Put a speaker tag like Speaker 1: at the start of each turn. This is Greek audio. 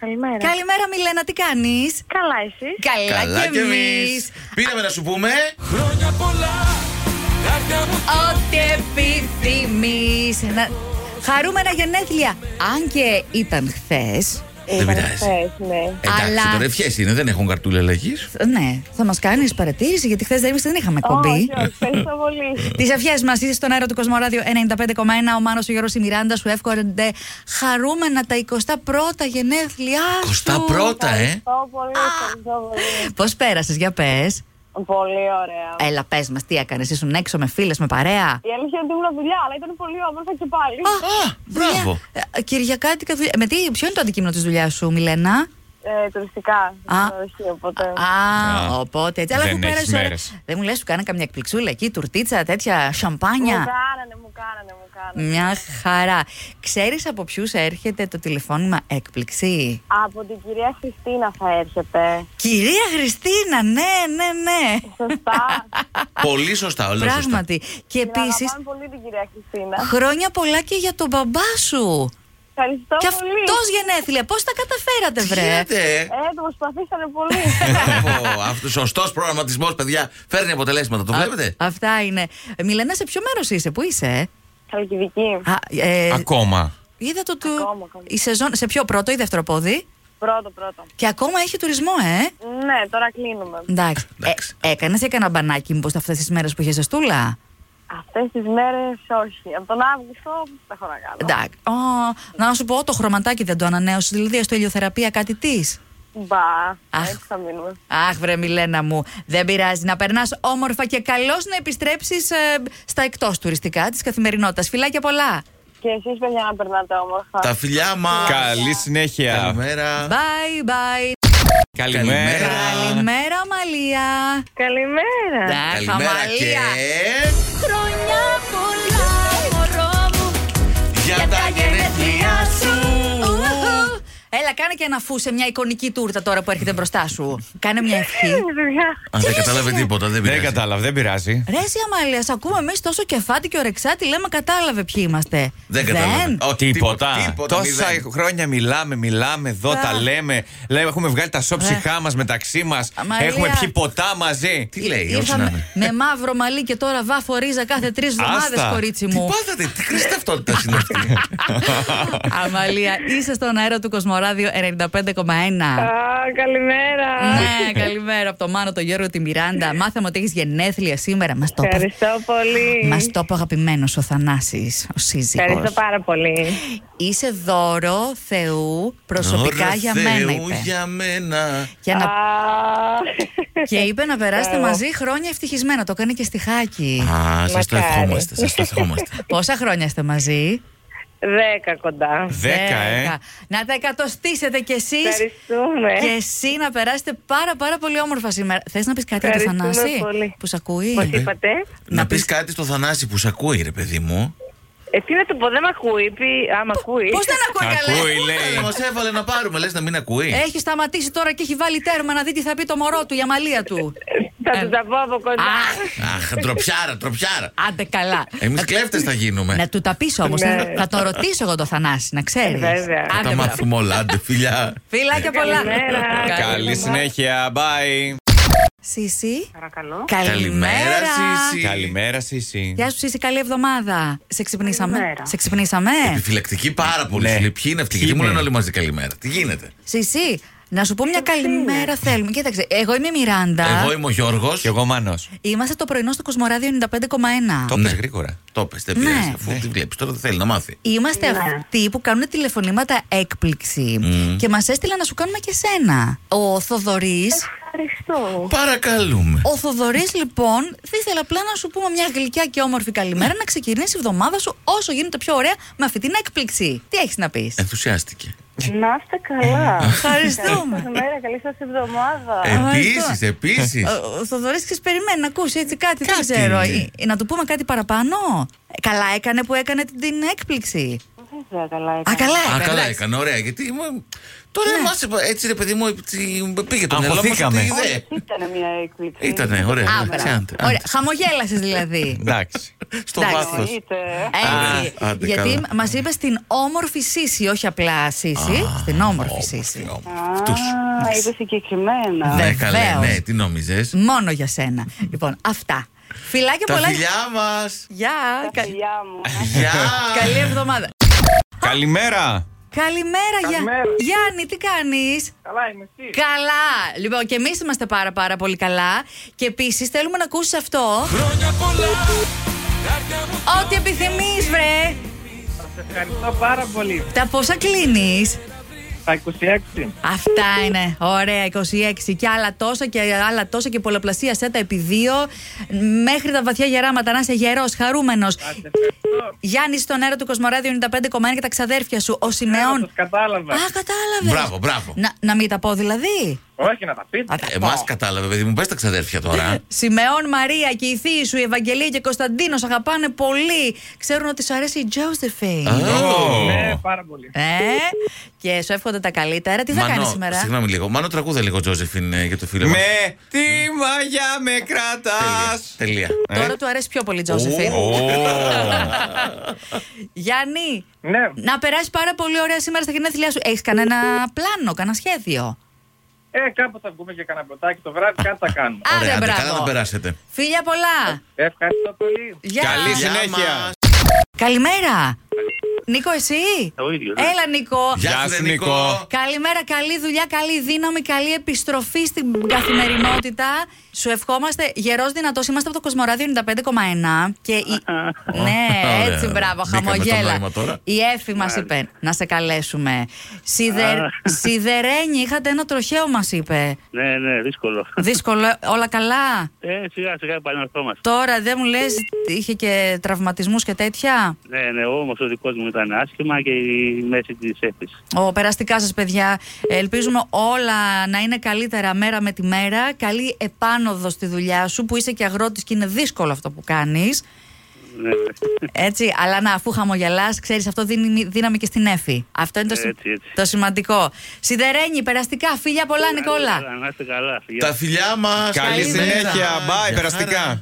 Speaker 1: Καλημέρα.
Speaker 2: Καλημέρα, Μιλένα, τι κάνεις.
Speaker 1: Καλά, εσύ.
Speaker 2: Καλά,
Speaker 3: Καλά
Speaker 2: κι
Speaker 3: κι
Speaker 2: εμείς.
Speaker 3: εμείς Πήραμε να σου πούμε.
Speaker 4: Χρόνια πολλά, καρδιά μου
Speaker 2: Ό,τι επιθυμείς. Να... Χαρούμενα γενέθλια. Αν και ήταν χθες. Ε,
Speaker 3: Δεν πειράζει.
Speaker 1: Θες, ναι.
Speaker 3: Εντάξει,
Speaker 2: Αλλά-
Speaker 3: τώρα ευχές είναι, δεν έχουν καρτούλα αλλαγής.
Speaker 2: Ναι, θα μας κάνεις παρατήρηση γιατί χθες δεν, δεν είχαμε εκπομπή.
Speaker 1: Όχι, όχι, ευχαριστώ πολύ.
Speaker 2: Τις ευχές μας είσαι στον αέρα του Κοσμοράδιο 95,1. Ο Μάνος, ο Γιώργος, η Μιράντα σου εύχονται χαρούμενα τα 21 γενέθλιά.
Speaker 3: 21
Speaker 1: Ευχαριστώ
Speaker 3: ε.
Speaker 1: πολύ, ευχαριστώ πολύ.
Speaker 2: Πώς πέρασες, για πες.
Speaker 1: Πολύ ωραία.
Speaker 2: Έλα, πες μας, τι έκανες, ήσουν έξω με φίλες, με παρέα.
Speaker 1: Η αλήθεια είναι ότι ήμουν δουλειά, αλλά ήταν πολύ όμορφα και πάλι.
Speaker 3: Α, μπράβο.
Speaker 2: Μια, ε, Κυριακάτικα δουλειά. Με τι, ποιο είναι το αντικείμενο της δουλειάς σου, Μιλένα.
Speaker 1: Ε, τουριστικά.
Speaker 2: Α.
Speaker 1: στο Ρωσίο, οπότε.
Speaker 2: Α,
Speaker 3: Α,
Speaker 2: οπότε έτσι. Αλλά
Speaker 4: δεν
Speaker 2: αφού
Speaker 4: έχεις
Speaker 2: πέρασε. ώρα-
Speaker 4: μέρες.
Speaker 2: Δεν μου λες, σου κάνα καμιά εκπληξούλα εκεί, τουρτίτσα, τέτοια,
Speaker 1: Μου
Speaker 2: σαμπάνια.
Speaker 1: κάνανε, μου κάνανε, μου κάνανε.
Speaker 2: Μια χαρά. Ξέρεις από ποιους έρχεται το τηλεφώνημα έκπληξη.
Speaker 1: Από την κυρία Χριστίνα θα έρχεται.
Speaker 2: Κυρία Χριστίνα, ναι, ναι, ναι.
Speaker 1: Σωστά.
Speaker 3: Πολύ σωστά, όλα σωστά.
Speaker 2: Πράγματι. Και
Speaker 1: Την
Speaker 2: επίση,
Speaker 1: αγαπάμε πολύ την κυρία Χριστίνα.
Speaker 2: χρόνια πολλά και για τον μπαμπά σου.
Speaker 1: Ευχαριστώ
Speaker 2: Και
Speaker 1: πολύ.
Speaker 2: αυτό γενέθλια. Πώς τα καταφέρατε,
Speaker 3: Τι
Speaker 2: βρε.
Speaker 3: γίνεται, ε?
Speaker 1: Ε, το προσπαθήσανε πολύ.
Speaker 3: Μπράβο, αυτός σωστός προγραμματισμός, παιδιά. Φέρνει αποτελέσματα, το βλέπετε.
Speaker 2: Α, αυτά είναι. Μιλένα, σε ποιο μέρος είσαι, πού είσαι, ε?
Speaker 1: Καλκιδική.
Speaker 2: Α, ε,
Speaker 4: Ακόμα.
Speaker 2: είδα το του.
Speaker 1: Ακόμα, ακόμα.
Speaker 2: Η σεζόν, σε ποιο πρώτο ή δεύτερο πόδι.
Speaker 1: Πρώτο, πρώτο.
Speaker 2: Και ακόμα έχει τουρισμό, ε.
Speaker 1: Ναι, τώρα κλείνουμε.
Speaker 2: Εντάξει.
Speaker 3: Εντάξει.
Speaker 2: Ε, Έκανε έκανα μπανάκι, μήπως αυτές τις μέρες που είχε ζεστούλα.
Speaker 1: Αυτές τις μέρες όχι. Από τον Αύγουστο τα έχω να κάνω.
Speaker 2: Εντάξει. Ω, να σου πω, το χρωματάκι δεν το ανανέωσε. Δηλαδή, στο ηλιοθεραπεία κάτι της.
Speaker 1: Μπα.
Speaker 2: Αχ.
Speaker 1: Έτσι θα μείνουμε.
Speaker 2: Αχ, βρε Μιλένα μου, δεν πειράζει. Να περνάς όμορφα και καλώς να επιστρέψεις στα εκτός τουριστικά της καθημερινότητας. Φιλάκια πολλά.
Speaker 1: Και εσείς, παιδιά, να περνάτε όμορφα.
Speaker 3: Τα φιλιά μας.
Speaker 4: Καλή συνέχεια.
Speaker 3: Καλημέρα.
Speaker 2: Bye bye.
Speaker 3: Καλημέρα.
Speaker 2: Καλημέρα, Αμαλία.
Speaker 1: Καλημέρα.
Speaker 2: Αχ,
Speaker 3: Καλημέρα και.
Speaker 2: Αμαλία. Χρόνια πολλά, μωρό μου.
Speaker 3: Για τα γενέθλιά σου.
Speaker 2: Ουχου. Έλα, κάνε και ένα φου σε μια εικονική τούρτα τώρα που έρχεται μπροστά σου. κάνε μια ευχή.
Speaker 3: Αν δεν κατάλαβε τίποτα, δεν
Speaker 4: Δεν
Speaker 3: πειράζει.
Speaker 4: κατάλαβα, δεν πειράζει.
Speaker 2: Ρε, εσύ, Αμαλία, σ' ακούμε εμείς τόσο κεφάτι και ορεξάτη, λέμε κατάλαβε ποιοι είμαστε.
Speaker 3: Δεν κατάλαβε. Όχι,
Speaker 4: Τίποτα. Τόσα
Speaker 3: Ε, μηδέν.
Speaker 4: χρόνια μιλάμε, μιλάμε εδώ,
Speaker 2: Α. Ε.
Speaker 4: τα λέμε. Λέμε, έχουμε βγάλει τα σώψιχά μας μεταξύ μας.
Speaker 2: Αμαλία.
Speaker 4: Έχουμε πιει ποτά μαζί.
Speaker 3: Τι λέει, όχι να
Speaker 2: Ήρθαμε
Speaker 3: είναι.
Speaker 2: με μαύρο μαλλί και τώρα βάφο ρίζα κάθε τρεις εβδομάδε,
Speaker 4: Άστα.
Speaker 2: κορίτσι
Speaker 3: Τι
Speaker 2: μου.
Speaker 3: πάθατε, τι κρίστη ταυτότητα είναι αυτή.
Speaker 2: Αμαλία, είσαι στον αέρα του Κοσμοράδιο 95,1.
Speaker 1: καλημέρα.
Speaker 2: Ναι, καλημέρα από το Μάνο, τον Γιώργο, τη Μιράντα. Μάθαμε ότι έχεις γενέθλια σήμερα. Μας το είπε.
Speaker 1: Ευχαριστώ πολύ.
Speaker 2: Μας το είπε αγαπημένος ο Θανάσης, ο σύζυγος.
Speaker 1: Ευχαριστώ πάρα πολύ.
Speaker 2: Είσαι δώρο Θεού προσωπικά
Speaker 3: Δώρο
Speaker 2: για μένα,
Speaker 3: Θεού
Speaker 2: είπε.
Speaker 3: για μένα.
Speaker 2: Και, να...
Speaker 1: Α,
Speaker 2: και είπε να περάσετε
Speaker 1: Μπράβο.
Speaker 2: μαζί χρόνια ευτυχισμένα. Το έκανε και στιχάκι.
Speaker 3: Α, σα το
Speaker 1: Μακάρι.
Speaker 3: ευχόμαστε. Σα το ευχόμαστε.
Speaker 2: Πόσα χρόνια είστε μαζί,
Speaker 1: Δέκα κοντά.
Speaker 4: Δέκα, ε.
Speaker 2: Δέκα. Να τα εκατοστήσετε κι εσείς.
Speaker 1: Ευχαριστούμε.
Speaker 2: Και εσύ να περάσετε πάρα πάρα πολύ όμορφα σήμερα. Θες να πεις κάτι για το
Speaker 1: Ευχαριστούμε
Speaker 2: Θανάση
Speaker 1: πολύ.
Speaker 2: που σ' ακούει.
Speaker 1: Πώς είπατε.
Speaker 3: να πεις κάτι στο Θανάση που σε ακούει, ρε παιδί μου.
Speaker 1: Ε, τι να του πω, δεν με ακούει. Πει, άμα ακούει.
Speaker 2: Πώς δεν ακούει καλέ.
Speaker 4: Ακούει,
Speaker 3: Ε,
Speaker 4: λέει.
Speaker 3: μας έβαλε να πάρουμε, λες να μην ακούει.
Speaker 2: Έχει σταματήσει τώρα και έχει βάλει τέρμα να δει τι θα πει το μωρό του, η αμαλία του.
Speaker 1: Θα του τα πω από κοντά.
Speaker 2: Αχ,
Speaker 3: Αχ, τροπιάρα, τροπιάρα.
Speaker 2: άντε καλά.
Speaker 3: Εμείς κλέφτες θα
Speaker 2: Ε, Να
Speaker 3: γίνουμε.
Speaker 2: του τα πεις όμως,
Speaker 1: Ναι. Ε,
Speaker 2: θα- θα τον ρωτήσω εγώ το Θανάση, να ξέρεις.
Speaker 1: Βέβαια.
Speaker 2: Άντε,
Speaker 3: Θα τα
Speaker 2: μπράβο.
Speaker 3: μάθουμε όλα, άντε φιλιά.
Speaker 2: Φιλάκια πολλά.
Speaker 1: Καλημέρα.
Speaker 4: Καλή συνέχεια. Bye.
Speaker 2: Σίση.
Speaker 1: Παρακαλώ.
Speaker 2: Καλημέρα.
Speaker 3: Σύση.
Speaker 4: Καλημέρα, Σίση.
Speaker 2: Γεια σου, Σίση, καλή εβδομάδα. Σε ξυπνήσαμε.
Speaker 1: Καλημέρα.
Speaker 2: Σε ξυπνήσαμε.
Speaker 3: Επιφυλακτική πάρα πολύ.
Speaker 4: Ναι.
Speaker 3: Σου λέει, Ποιοι είναι αυτοί,
Speaker 4: Ποιοι
Speaker 3: γιατί μου
Speaker 4: είναι?
Speaker 3: λένε όλοι μαζί καλημέρα. Τι γίνεται.
Speaker 2: Σίση, να σου πω μια καλημέρα θέλουμε. Κοίταξε, εγώ είμαι η Μιράντα.
Speaker 3: Εγώ είμαι ο Γιώργος.
Speaker 4: Κι εγώ, Μάνος.
Speaker 2: Είμαστε το πρωινό στο Κοσμοράδιο 95,1.
Speaker 4: Το
Speaker 3: Ναι.
Speaker 4: πες γρήγορα.
Speaker 3: Το πες, δεν
Speaker 2: Ναι.
Speaker 3: πειράζει. Αφού τη βλέπεις τώρα δεν θέλει να μάθει.
Speaker 2: Είμαστε
Speaker 1: Ναι.
Speaker 2: αυτοί που κάνουν τηλεφωνήματα έκπληξη και μας έστειλα να σου κάνουμε και σένα. Ο Θοδωρής.
Speaker 1: Ε, Ευχαριστώ.
Speaker 3: Παρακαλούμε.
Speaker 2: Ο Θοδωρής, λοιπόν, θα ήθελα απλά να σου πούμε μια γλυκιά και όμορφη καλημέρα να ξεκινήσει η εβδομάδα σου όσο γίνεται πιο ωραία με αυτή την έκπληξη. Τι έχεις να
Speaker 3: Ε,
Speaker 2: πεις.
Speaker 3: Ενθουσιάστηκε.
Speaker 1: Να είστε καλά.
Speaker 2: Ε, Ευχαριστούμε.
Speaker 3: ε,
Speaker 1: Μέρα, καλή σας εβδομάδα.
Speaker 3: Επίσης, επίσης.
Speaker 2: Ο Θοδωρής ξέρεις, περιμένει να ακούσει έτσι κάτι, δεν
Speaker 3: ε, Κάτι,
Speaker 2: ξέρω.
Speaker 3: ναι.
Speaker 2: Ε, ε, Να του πούμε κάτι παραπάνω. Ε, Καλά έκανε που έκανε την- την έκπληξη.
Speaker 1: Βέβαια, καλά
Speaker 2: Α,
Speaker 1: έκανε.
Speaker 2: καλά
Speaker 3: Α,
Speaker 2: έκανε.
Speaker 3: καλά
Speaker 2: Ε, εντάξει. Ναι.
Speaker 3: έκανε, ωραία. Γιατί μου- τώρα μας είπα, έτσι ρε παιδί μου, έτσι, πήγε το μυαλό μας
Speaker 4: Αγχωθήκαμε.
Speaker 3: ότι
Speaker 1: Όχι,
Speaker 3: ιδέα.
Speaker 1: Ήταν μια έκπληξη.
Speaker 3: Ε. Ήτανε, ωραία.
Speaker 2: Α,
Speaker 3: εντάξει,
Speaker 2: μπράβο.
Speaker 3: άντε, άντε.
Speaker 2: Ωραία. Χαμογέλασες δηλαδή.
Speaker 4: Εντάξει.
Speaker 3: Στο
Speaker 2: Εντάξει.
Speaker 3: βάθος.
Speaker 1: Εννοείται.
Speaker 2: Έτσι.
Speaker 3: Α, Ε, άντε,
Speaker 2: γιατί
Speaker 3: καλά.
Speaker 2: μας είπες την όμορφη Σύση, όχι απλά Σύση. Στην όμορφη Σύση.
Speaker 3: Τους.
Speaker 1: Α, είπε συγκεκριμένα.
Speaker 2: Ναι.
Speaker 3: Ναι, καλέ,
Speaker 2: Βεβαίως.
Speaker 3: ναι, τι νόμιζες.
Speaker 2: Μόνο για σένα. λοιπόν, αυτά. Φιλάκια
Speaker 3: Τα
Speaker 2: πολλά.
Speaker 3: φιλιά μας.
Speaker 2: Γεια.
Speaker 1: Τα
Speaker 2: Κα-
Speaker 1: φιλιά μου.
Speaker 3: Γεια.
Speaker 2: Καλή εβδομάδα.
Speaker 4: Καλημέρα.
Speaker 2: Καλημέρα, Γεια-
Speaker 5: Καλημέρα.
Speaker 2: Γιάννη, τι κάνεις.
Speaker 5: Καλά είμαι εσύ.
Speaker 2: Καλά! Λοιπόν, και εμείς είμαστε πάρα πάρα πολύ καλά. Και επίσης θέλουμε να ακούσεις αυτό. Ό,τι επιθυμείς, βρε!
Speaker 5: Σε ευχαριστώ πάρα πολύ.
Speaker 2: Τα πόσα κλείνεις.
Speaker 5: Τα 26.
Speaker 2: Αυτά είναι. Ωραία, 26 και άλλα τόσα και άλλα τόσα και πολλαπλασία σέτα επί δύο. Μέχρι τα βαθιά γεράματα να είσαι γερός, χαρούμενος.
Speaker 5: Σε ευχαριστώ.
Speaker 2: Γιάννης στον αέρα του Κοσμοράδιο 95,1 και τα ξαδέρφια σου. Ο
Speaker 5: Εγώ
Speaker 2: Σιμεών.
Speaker 5: τους κατάλαβα.
Speaker 2: Α, κατάλαβες.
Speaker 3: Μπράβο, μπράβο.
Speaker 2: Να, να μην τα πω δηλαδή.
Speaker 5: Όχι να τα πείτε.
Speaker 2: Α, τα πω.
Speaker 3: Εμάς κατάλαβε, παιδί μου, πες τα ξαδέρφια τώρα.
Speaker 2: Σιμεών Μαρία και η θεία σου, η Ευαγγελία και ο Κωνσταντίνο αγαπάνε πολύ. Ξέρουν ότι σου αρέσει η Τζόζεφιν.
Speaker 3: Ω.
Speaker 5: Ναι, πάρα πολύ.
Speaker 2: Ε, και σου εύχονται τα καλύτερα. Τι θα
Speaker 3: Μανώ,
Speaker 2: κάνεις σήμερα.
Speaker 3: Συγγνώμη λίγο. Μάνο τραγούδα λίγο, Τζόζεφιν, ε, για το φίλο μας.
Speaker 4: Με τι μαγιά με Ε. κρατάς.
Speaker 3: Τέλεια, Τελεία.
Speaker 2: Τώρα του αρέσει πιο πολύ η Τζόζεφιν. Γιάννη,
Speaker 5: Ναι,
Speaker 2: να περάσει πάρα πολύ ωραία σήμερα στα γενέθλιά σου. Έχεις κανένα πλάνο, κανένα σχέδιο.
Speaker 5: ε, κάπου θα βγούμε για κανένα ποτάκι το βράδυ, κάτι θα κάνουμε.
Speaker 2: Άντε,
Speaker 3: Ωραία, άντε,
Speaker 2: μπράβο.
Speaker 3: καλά να περάσετε.
Speaker 2: Φιλιά πολλά.
Speaker 5: Ευχαριστώ πολύ.
Speaker 2: Γεια.
Speaker 4: Καλή
Speaker 3: Γεια
Speaker 4: συνέχεια.
Speaker 3: μας.
Speaker 2: Καλημέρα. Νίκο, εσύ.
Speaker 6: Ο ίδιος, ναι.
Speaker 2: Έλα, Νίκο.
Speaker 3: Γεια
Speaker 4: σου,
Speaker 3: σου,
Speaker 4: Νικό.
Speaker 3: Νικό.
Speaker 2: Καλημέρα, καλή δουλειά, καλή δύναμη, καλή επιστροφή στην καθημερινότητα. Σου ευχόμαστε γερός δυνατός. Είμαστε από το Κοσμοράδιο 95,1. Και η... ναι,
Speaker 3: Ωραία.
Speaker 2: έτσι, μπράβο,
Speaker 3: Μπήκαμε στο
Speaker 2: χαμογέλα.
Speaker 3: νόημα τώρα.
Speaker 2: Η Εφη μας είπε να σε καλέσουμε. Σιδερ...
Speaker 6: Α.
Speaker 2: Σιδερένη, είχατε ένα τροχαίο, μας είπε.
Speaker 6: Ναι, ναι, δύσκολο.
Speaker 2: Δύσκολο, όλα καλά.
Speaker 6: Ε, σιγά σιγά επαναρχόμαστε.
Speaker 2: Τώρα δεν μου λες, είχε και τραυματισμούς και τέτοια.
Speaker 6: Ναι, ναι, όμως ο δικός μου ήταν άσχημα και η μέση της έφης.
Speaker 2: Ω, περαστικά σας παιδιά. Ελπίζουμε όλα να είναι καλύτερα μέρα με τη μέρα. Καλή επάνωδος στη δουλειά σου που είσαι και αγρότης και είναι δύσκολο αυτό που κάνεις.
Speaker 6: Ναι,
Speaker 2: Έτσι, αλλά να, αφού χαμογελάς, ξέρεις, αυτό δίνει δύναμη και στην έφη. Αυτό είναι το, συ-
Speaker 6: Έτσι, έτσι.
Speaker 2: το σημαντικό. Σιδερένη, περαστικά, φίλια πολλά Νικόλα.
Speaker 6: Να είστε καλά. Γεια.
Speaker 3: Τα φιλιά μας.
Speaker 4: Καλή συνέχεια. Μπάι, περαστικά.